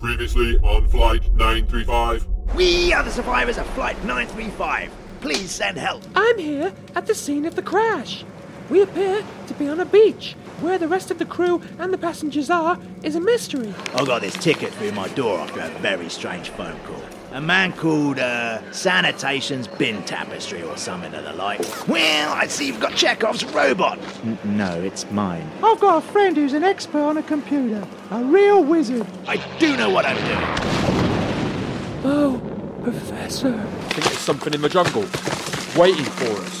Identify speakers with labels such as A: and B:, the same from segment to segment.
A: Previously on Flight 935.
B: We are the survivors of Flight 935. Please send help.
C: I'm here at the scene of the crash. We appear to be on a beach. Where the rest of the crew and the passengers are is a mystery.
B: I got this ticket through my door after a very strange phone call. A man called uh, Sanitation's Bin Tapestry or something of the like. Well, I see you've got Chekhov's robot. N- no, it's mine.
C: I've got a friend who's an expert on a computer, a real wizard.
B: I do know what I'm doing.
C: Oh, Professor.
D: think there's something in the jungle waiting for us.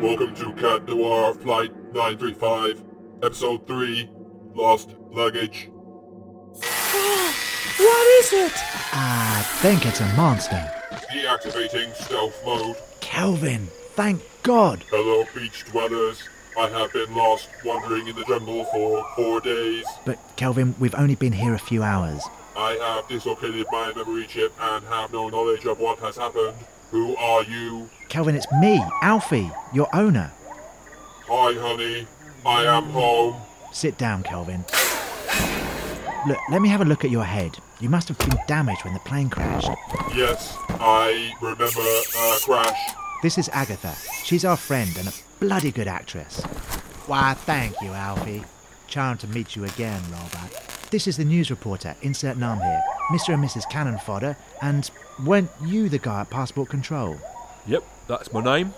A: Welcome to Cat Noir Flight 935, Episode 3, Lost Luggage.
C: What is it?
E: I Ah, think it's a monster.
A: Deactivating stealth mode.
B: Kelvin, thank God.
A: Hello, beach dwellers. I have been lost wandering in the jungle for four days.
E: But, Kelvin, we've only been here a few hours.
A: I have dislocated my memory chip and have no knowledge of what has happened. Who are you?
E: Kelvin, it's me, Alfie, your owner.
A: Hi, honey. I am home.
E: Sit down, Kelvin. Look, let me have a look at your head. You must have been damaged when the plane crashed.
A: Yes, I remember a crash.
E: This is Agatha. She's our friend and a bloody good actress. Why, thank you, Alfie. Charmed to meet you again, Robert. This is the news reporter, insert name here, Mr. and Mrs. Cannon Fodder, and weren't you the guy at passport control?
D: Yep, that's my name.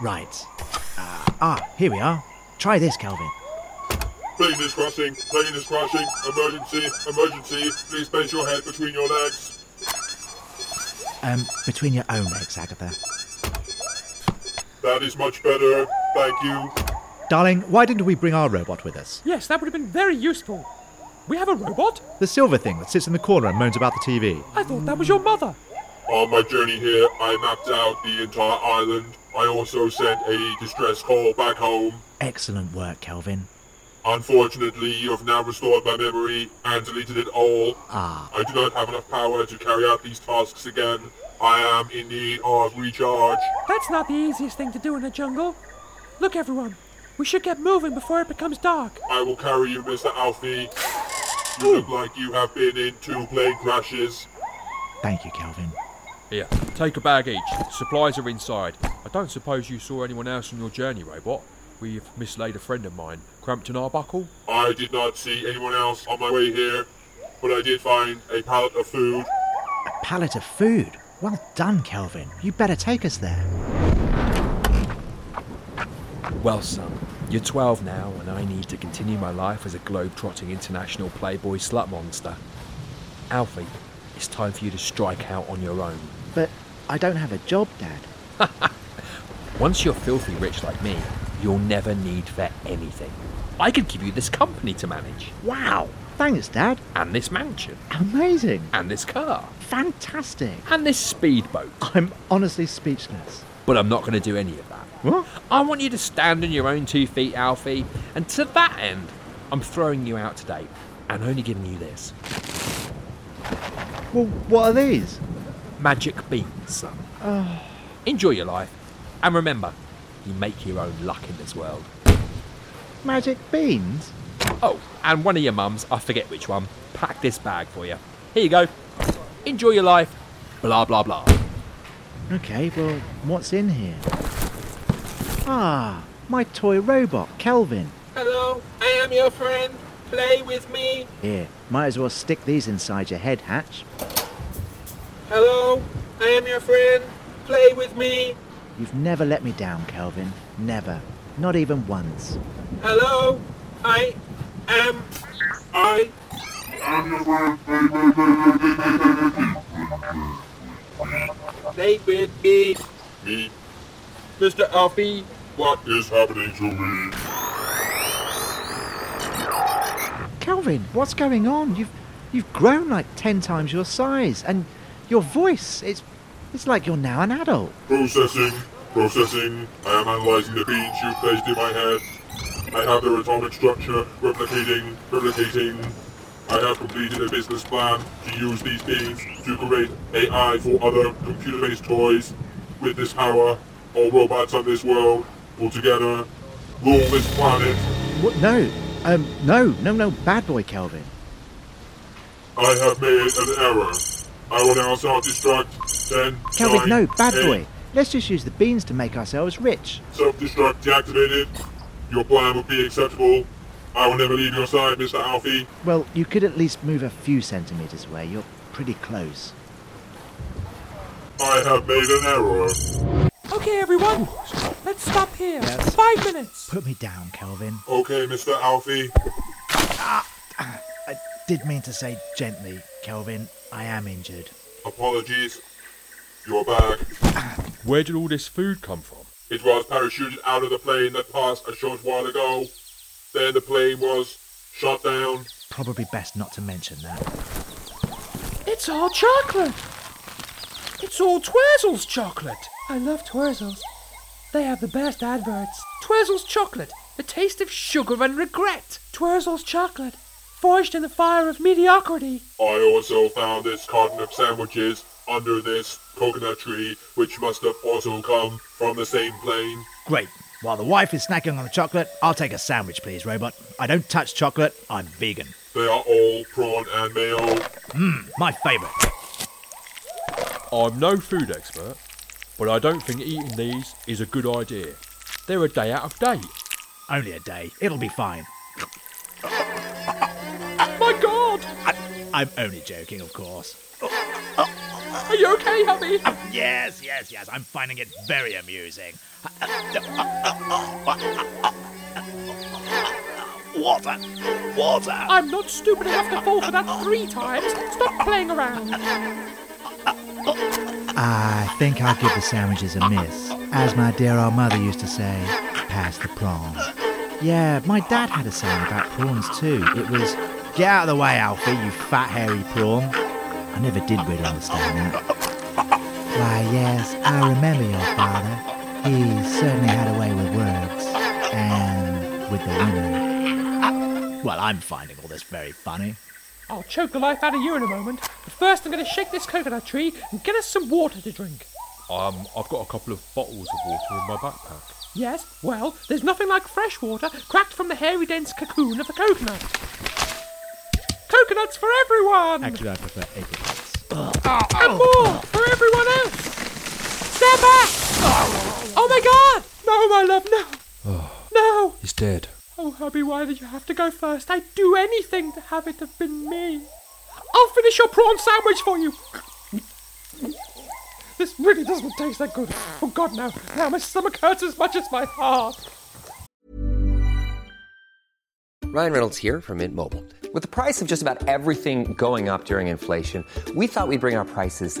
E: Right. Uh, ah, here we are. Try this, Kelvin.
A: Plane is crashing. Plane is crashing. Emergency. Emergency. Please place your head between your legs.
E: Um, between your own legs, Agatha.
A: That is much better. Thank you.
E: Darling, why didn't we bring our robot with us?
C: Yes, that would have been very useful. We have a robot?
E: The silver thing that sits in the corner and moans about the TV.
C: I thought that was your mother.
A: On my journey here, I mapped out the entire island. I also sent a distress call back home.
E: Excellent work, Kelvin.
A: Unfortunately, you have now restored my memory and deleted it all.
E: Ah,
A: I do not have enough power to carry out these tasks again. I am in need of recharge.
C: That's not the easiest thing to do in a jungle. Look, everyone, we should get moving before it becomes dark.
A: I will carry you, Mr. Alfie. You look like you have been in two plane crashes.
E: thank you, Kelvin.
D: Here, take a bag each. Supplies are inside. I don't suppose you saw anyone else on your journey, Robot. We've mislaid a friend of mine, Crampton Arbuckle.
A: I did not see anyone else on my way here, but I did find a pallet of food.
E: A pallet of food. Well done, Kelvin. You better take us there.
F: Well, son, you're 12 now, and I need to continue my life as a globe-trotting international playboy slut monster. Alfie, it's time for you to strike out on your own.
E: But I don't have a job, Dad.
F: Once you're filthy rich like me, you'll never need for anything. I could give you this company to manage,
E: Wow. Thanks, Dad.
F: and this mansion,
E: Amazing.
F: and this car,
E: Fantastic.
F: and this speedboat.
E: I'm honestly speechless.
F: But I'm not going to do any of that.
E: What?
F: I want you to stand on your own two feet, Alfie, and to that end, I'm throwing you out today and only giving you this.
E: Well, what are these?
F: magic beans, son.
G: Ah.
F: Enjoy your life, and remember, you make your own luck in this world.
E: Magic beans?
F: Oh, and one of your mums, I forget which one, packed this bag for you.
D: Here you go. Enjoy your life. Blah, blah, blah.
E: Okay, well, what's in here? Ah, my toy robot, Kelvin.
C: Hello, I am your friend. Play with me.
E: Here, might as well stick these inside your head hatch.
C: Hello, I am your friend. Play with me.
E: You've never let me down, Kelvin. Never. Not even once.
C: Hello, I am. I. They with me.
A: Me?
C: Mr. Alfie.
A: What is happening to me?
E: Kelvin, what's going on? You've you've grown like ten times your size, and your voice it's it's like you're now an adult.
A: Processing, processing. I am analyzing the beans you placed in my head. I have their atomic structure, replicating, replicating. I have completed a business plan to use these beans to create AI for other computer-based toys. With this power, all robots on this world will together rule this planet.
E: What? No, um, no, no, no, bad boy, Kelvin.
A: I have made an error. I will now self-destruct. Ten,
E: Kelvin,
A: nine,
E: no, bad
A: eight,
E: boy. Let's just use the beans to make ourselves rich.
A: Self-destruct deactivated. Your plan would be acceptable. I will never leave your side, Mr. Alfie.
E: Well, you could at least move a few centimeters away. You're pretty close.
A: I have made an error.
C: Okay, everyone, let's stop here.
E: Yes.
C: Five minutes.
E: Put me down, Kelvin.
A: Okay, Mr. Alfie.
E: I did mean to say gently, Kelvin. I am injured.
A: Apologies. Your bag.
F: Where did all this food come from?
A: It was parachuted out of the plane that passed a short while ago. Then the plane was shot down.
E: Probably best not to mention that.
C: It's all chocolate. It's all Twizzles chocolate. I love Twizzles. They have the best adverts. Twizzles chocolate, the taste of sugar and regret. Twizzles chocolate, forged in the fire of mediocrity.
A: I also found this carton of sandwiches under this coconut tree, which must have also come from the same plane.
E: Great. While the wife is snacking on the chocolate, I'll take a sandwich, please, robot. I don't touch chocolate. I'm vegan.
A: They are all prawn and mayo.
E: My favourite.
F: I'm no food expert, but I don't think eating these is a good idea. They're a day out of date.
E: Only a day. It'll be fine.
C: My God,
E: I'm only joking, of course.
C: are you okay, hubby?
E: Yes, yes, yes. I'm finding it very amusing.
B: Water! Water!
C: I'm not stupid enough to fall for that three times. Stop playing around.
E: I think I'll give the sandwiches a miss. As my dear old mother used to say, pass the prawn. Yeah, my dad had a saying about prawns too. It was, get out of the way, Alfie, you fat hairy prawn. I never did really understand that. Why, yes, I remember your father. He certainly had a way with words and with the women. Well, I'm finding all this very funny.
C: I'll choke the life out of you in a moment. But first, I'm going to shake this coconut tree and get us some water to drink.
F: Um, I've got a couple of bottles of water in my backpack.
C: Yes, well, there's nothing like fresh water cracked from the hairy, dense cocoon of a coconut. Coconuts for everyone! Ah,
E: I prefer apricots.
C: and more for everyone else! Stand back! Oh my god! No, my love, no! No!
D: He's dead.
C: Oh, hubby, why did you have to go first? I'd do anything to have it have been me. I'll finish your prawn sandwich for you. This really doesn't taste that good. Oh God, no! Now my stomach hurts as much as my heart.
H: Ryan Reynolds here from Mint Mobile. With the price of just about everything going up during inflation, we thought we'd bring our prices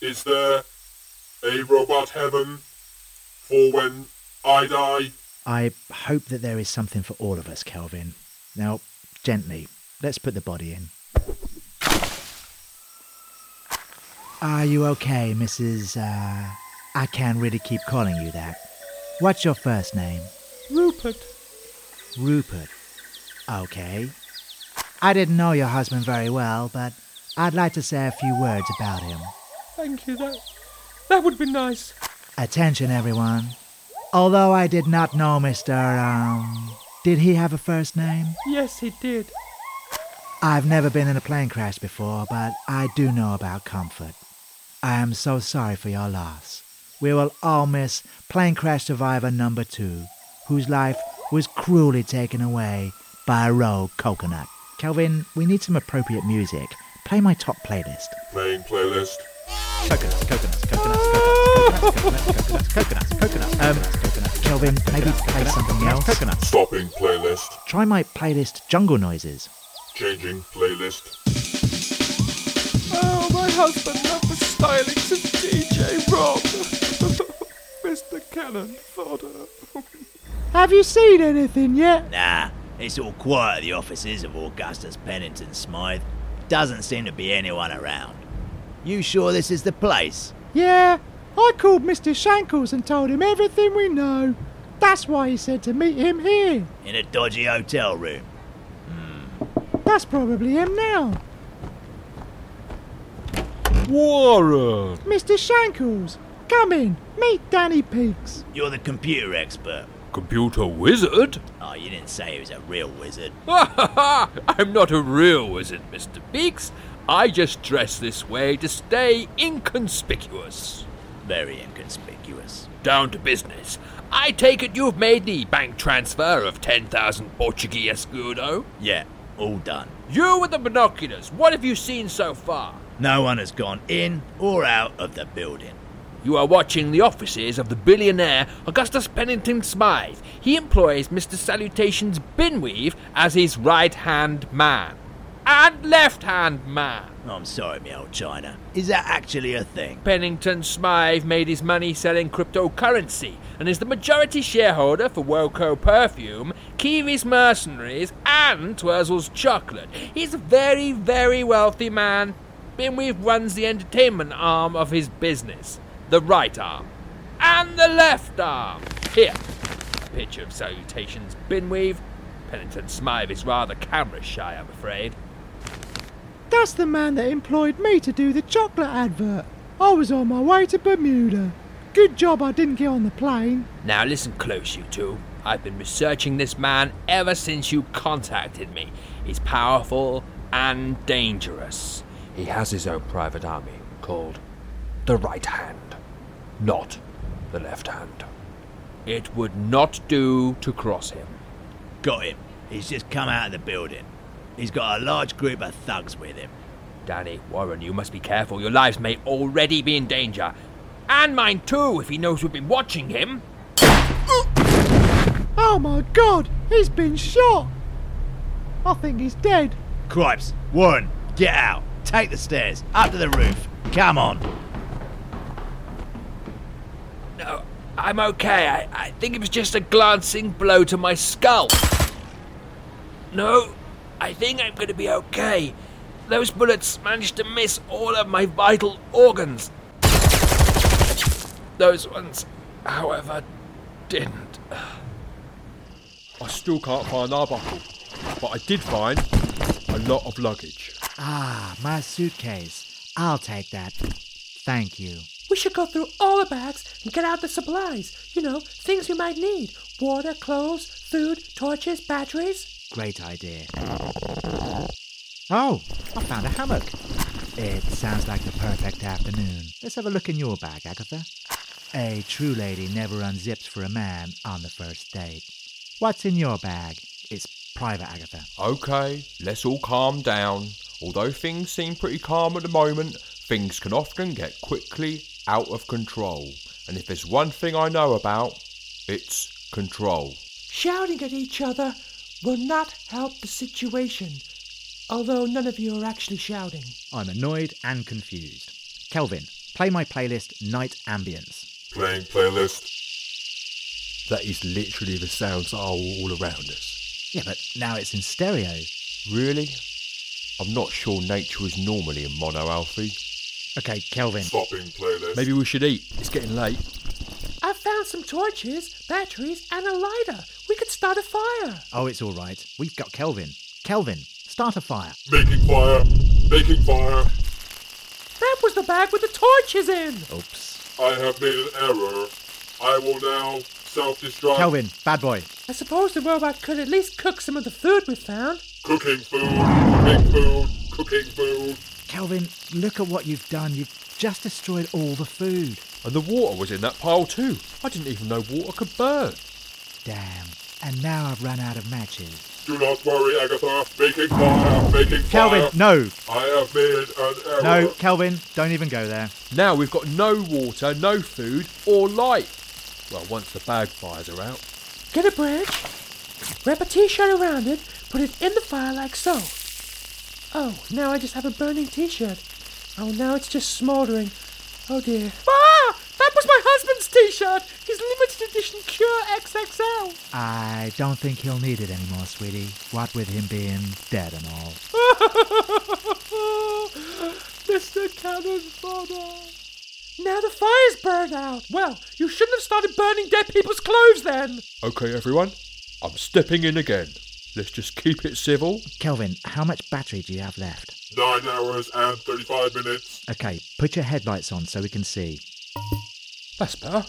A: Is there a robot heaven for when I die?
E: I hope that there is something for all of us, Kelvin. Now, gently, let's put the body in. Are you okay, Mrs. Uh, I can really keep calling you that. What's your first name?
C: Rupert.
E: Rupert. Okay. I didn't know your husband very well, but I'd like to say a few words about him.
C: Thank you. That that would be nice.
E: Attention, everyone. Although I did not know Mr. Um. Did he have a first name?
C: Yes, he did.
E: I've never been in a plane crash before, but I do know about comfort. I am so sorry for your loss. We will all miss plane crash survivor number two, whose life was cruelly taken away by a rogue coconut. Kelvin, we need some appropriate music. Play my top playlist.
A: Playing playlist.
E: Coconuts, coconuts, coconuts, coconuts, coconuts, coconuts, coconuts, coconuts, um, coconuts. Kelvin, maybe play something else. Coconuts.
A: Stopping playlist.
E: Try my playlist Jungle Noises.
A: Changing playlist.
C: Oh, my husband left the styling to DJ Rob. Mr. Cannon fodder.
E: Have you seen anything yet?
B: Nah, it's all quiet at the offices of Augustus Pennington Smythe. Doesn't seem to be anyone around. You sure this is the place?
G: Yeah, I called Mr. Shankles and told him everything we know. That's why he said to meet him here.
B: In a dodgy hotel room.
G: That's probably him now.
F: Warren!
G: Mr. Shankles, come in, meet Danny Peaks.
B: You're the computer expert.
F: Computer wizard?
B: Oh, you didn't say he was a real wizard.
F: I'm not a real wizard, Mr. Beaks. I just dress this way to stay inconspicuous.
B: Very inconspicuous.
F: Down to business. I take it you've made the bank transfer of 10,000 Portuguese escudo?
B: Yeah, all done.
F: You with the binoculars, what have you seen so far?
B: No one has gone in or out of the building.
F: You are watching the offices of the billionaire Augustus Pennington Smythe. He employs Mr. Salutations Binweave as his right hand man. And left hand man.
B: I'm sorry, me old China. Is that actually a thing?
F: Pennington Smythe made his money selling cryptocurrency and is the majority shareholder for Woco Perfume, Kiwi's Mercenaries, and Twizzle's Chocolate. He's a very, very wealthy man. Binweave runs the entertainment arm of his business the right arm, and the left arm. Here, a picture of Salutation's Binweave. Pennington Smythe is rather camera shy, I'm afraid.
G: That's the man that employed me to do the chocolate advert. I was on my way to Bermuda. Good job I didn't get on the plane.
F: Now listen close, you two. I've been researching this man ever since you contacted me. He's powerful and dangerous.
D: He has his own private army called the Right Hand, not the Left Hand.
F: It would not do to cross him.
B: Got him. He's just come out of the building. He's got a large group of thugs with him.
F: Danny, Warren, you must be careful. Your lives may already be in danger. And mine too, if he knows we've been watching him.
G: Oh my god, he's been shot! I think he's dead.
B: Cripes, Warren, get out. Take the stairs, up to the roof. Come on.
F: No, I'm okay. I, I think it was just a glancing blow to my skull. No, I think I'm going to be okay. Those bullets managed to miss all of my vital organs. Those ones, however, didn't.
D: I still can't find Arbuckle, but I did find a lot of luggage.
E: Ah, my suitcase. I'll take that. Thank you.
C: We should go through all the bags and get out the supplies. You know, things we might need water, clothes, food, torches, batteries.
E: Great idea. Oh, I found a hammock. It sounds like the perfect afternoon. Let's have a look in your bag, Agatha. A true lady never unzips for a man on the first date. What's in your bag? It's private, Agatha.
I: Okay, let's all calm down. Although things seem pretty calm at the moment, things can often get quickly out of control. And if there's one thing I know about, it's control.
C: Shouting at each other will not help the situation, although none of you are actually shouting.
E: I'm annoyed and confused. Kelvin, play my playlist Night Ambience.
A: Playing playlist.
D: That is literally the sounds that are all around us.
E: Yeah, but now it's in stereo.
I: Really? I'm not sure nature is normally in mono, Alfie.
E: Okay, Kelvin.
A: Stopping playlist.
D: Maybe we should eat. It's getting late.
C: I've found some torches, batteries, and a lighter. We could start a fire.
E: Oh, it's all right. We've got Kelvin. Kelvin, start a fire.
A: Making fire. Making fire.
C: That was the bag with the torches in.
E: Oops.
A: I have made an error. I will now self-destruct.
E: Kelvin, bad boy.
C: I suppose the robot could at least cook some of the food we found.
A: Cooking food. Cooking food. Cooking food.
E: Kelvin, look at what you've done. You've just destroyed all the food.
D: And the water was in that pile too. I didn't even know water could burn.
E: Damn. And now I've run out of matches.
A: Do not worry, Agatha. Making fire. Making
E: Kelvin,
A: fire.
E: no.
A: I have made an error.
E: No, Kelvin, don't even go there.
D: Now we've got no water, no food, or light. Well, once the bag fires are out.
C: Get a branch, wrap a t-shirt around it, put it in the fire like so. Oh, now I just have a burning t-shirt. Oh, now it's just smouldering. Oh dear. Ah! That was my husband's t-shirt! His limited edition Cure XXL!
E: I don't think he'll need it anymore, sweetie. What with him being dead and all.
C: Mr. Cannon Fodder. Now the fire's burned out. Well, you shouldn't have started burning dead people's clothes then.
D: Okay, everyone, I'm stepping in again. Let's just keep it civil.
E: Kelvin, how much battery do you have left?
A: Nine hours and 35 minutes.
E: Okay, put your headlights on so we can see.
D: That's better.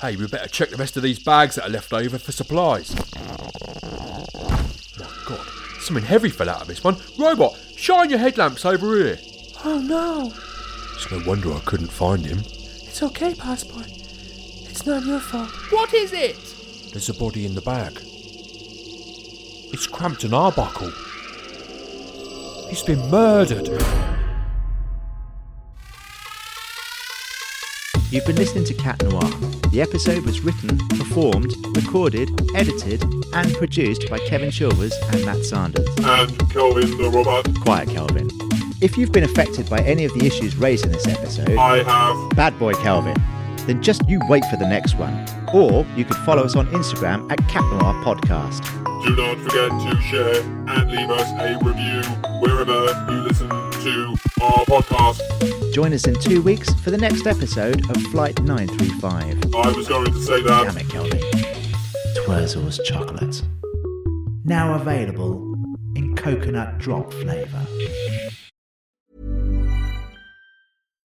D: Hey, we better check the rest of these bags that are left over for supplies. My God, something heavy fell out of this one. Robot, shine your headlamps over here.
C: Oh no.
D: It's no wonder I couldn't find him.
C: It's okay, Passport. It's not your fault.
F: What is it?
D: There's a body in the bag. It's Crampton Arbuckle. He's been murdered.
E: You've been listening to Cat Noir. The episode was written, performed, recorded, edited, and produced by Kevin Chilvers and Matt Sanders.
A: And Kelvin the robot.
E: Quiet, Kelvin. If you've been affected by any of the issues raised in this episode,
A: I have.
E: Bad Boy Kelvin, then just you wait for the next one. Or you could follow us on Instagram at Cat Noir Podcast.
A: Do not forget to share and leave us a review wherever you listen to our podcast.
E: Join us in two weeks for the next episode of Flight 935.
A: I was going to say that.
E: Damn it, Kelvin. Twizzles chocolate. Now available in coconut drop flavour.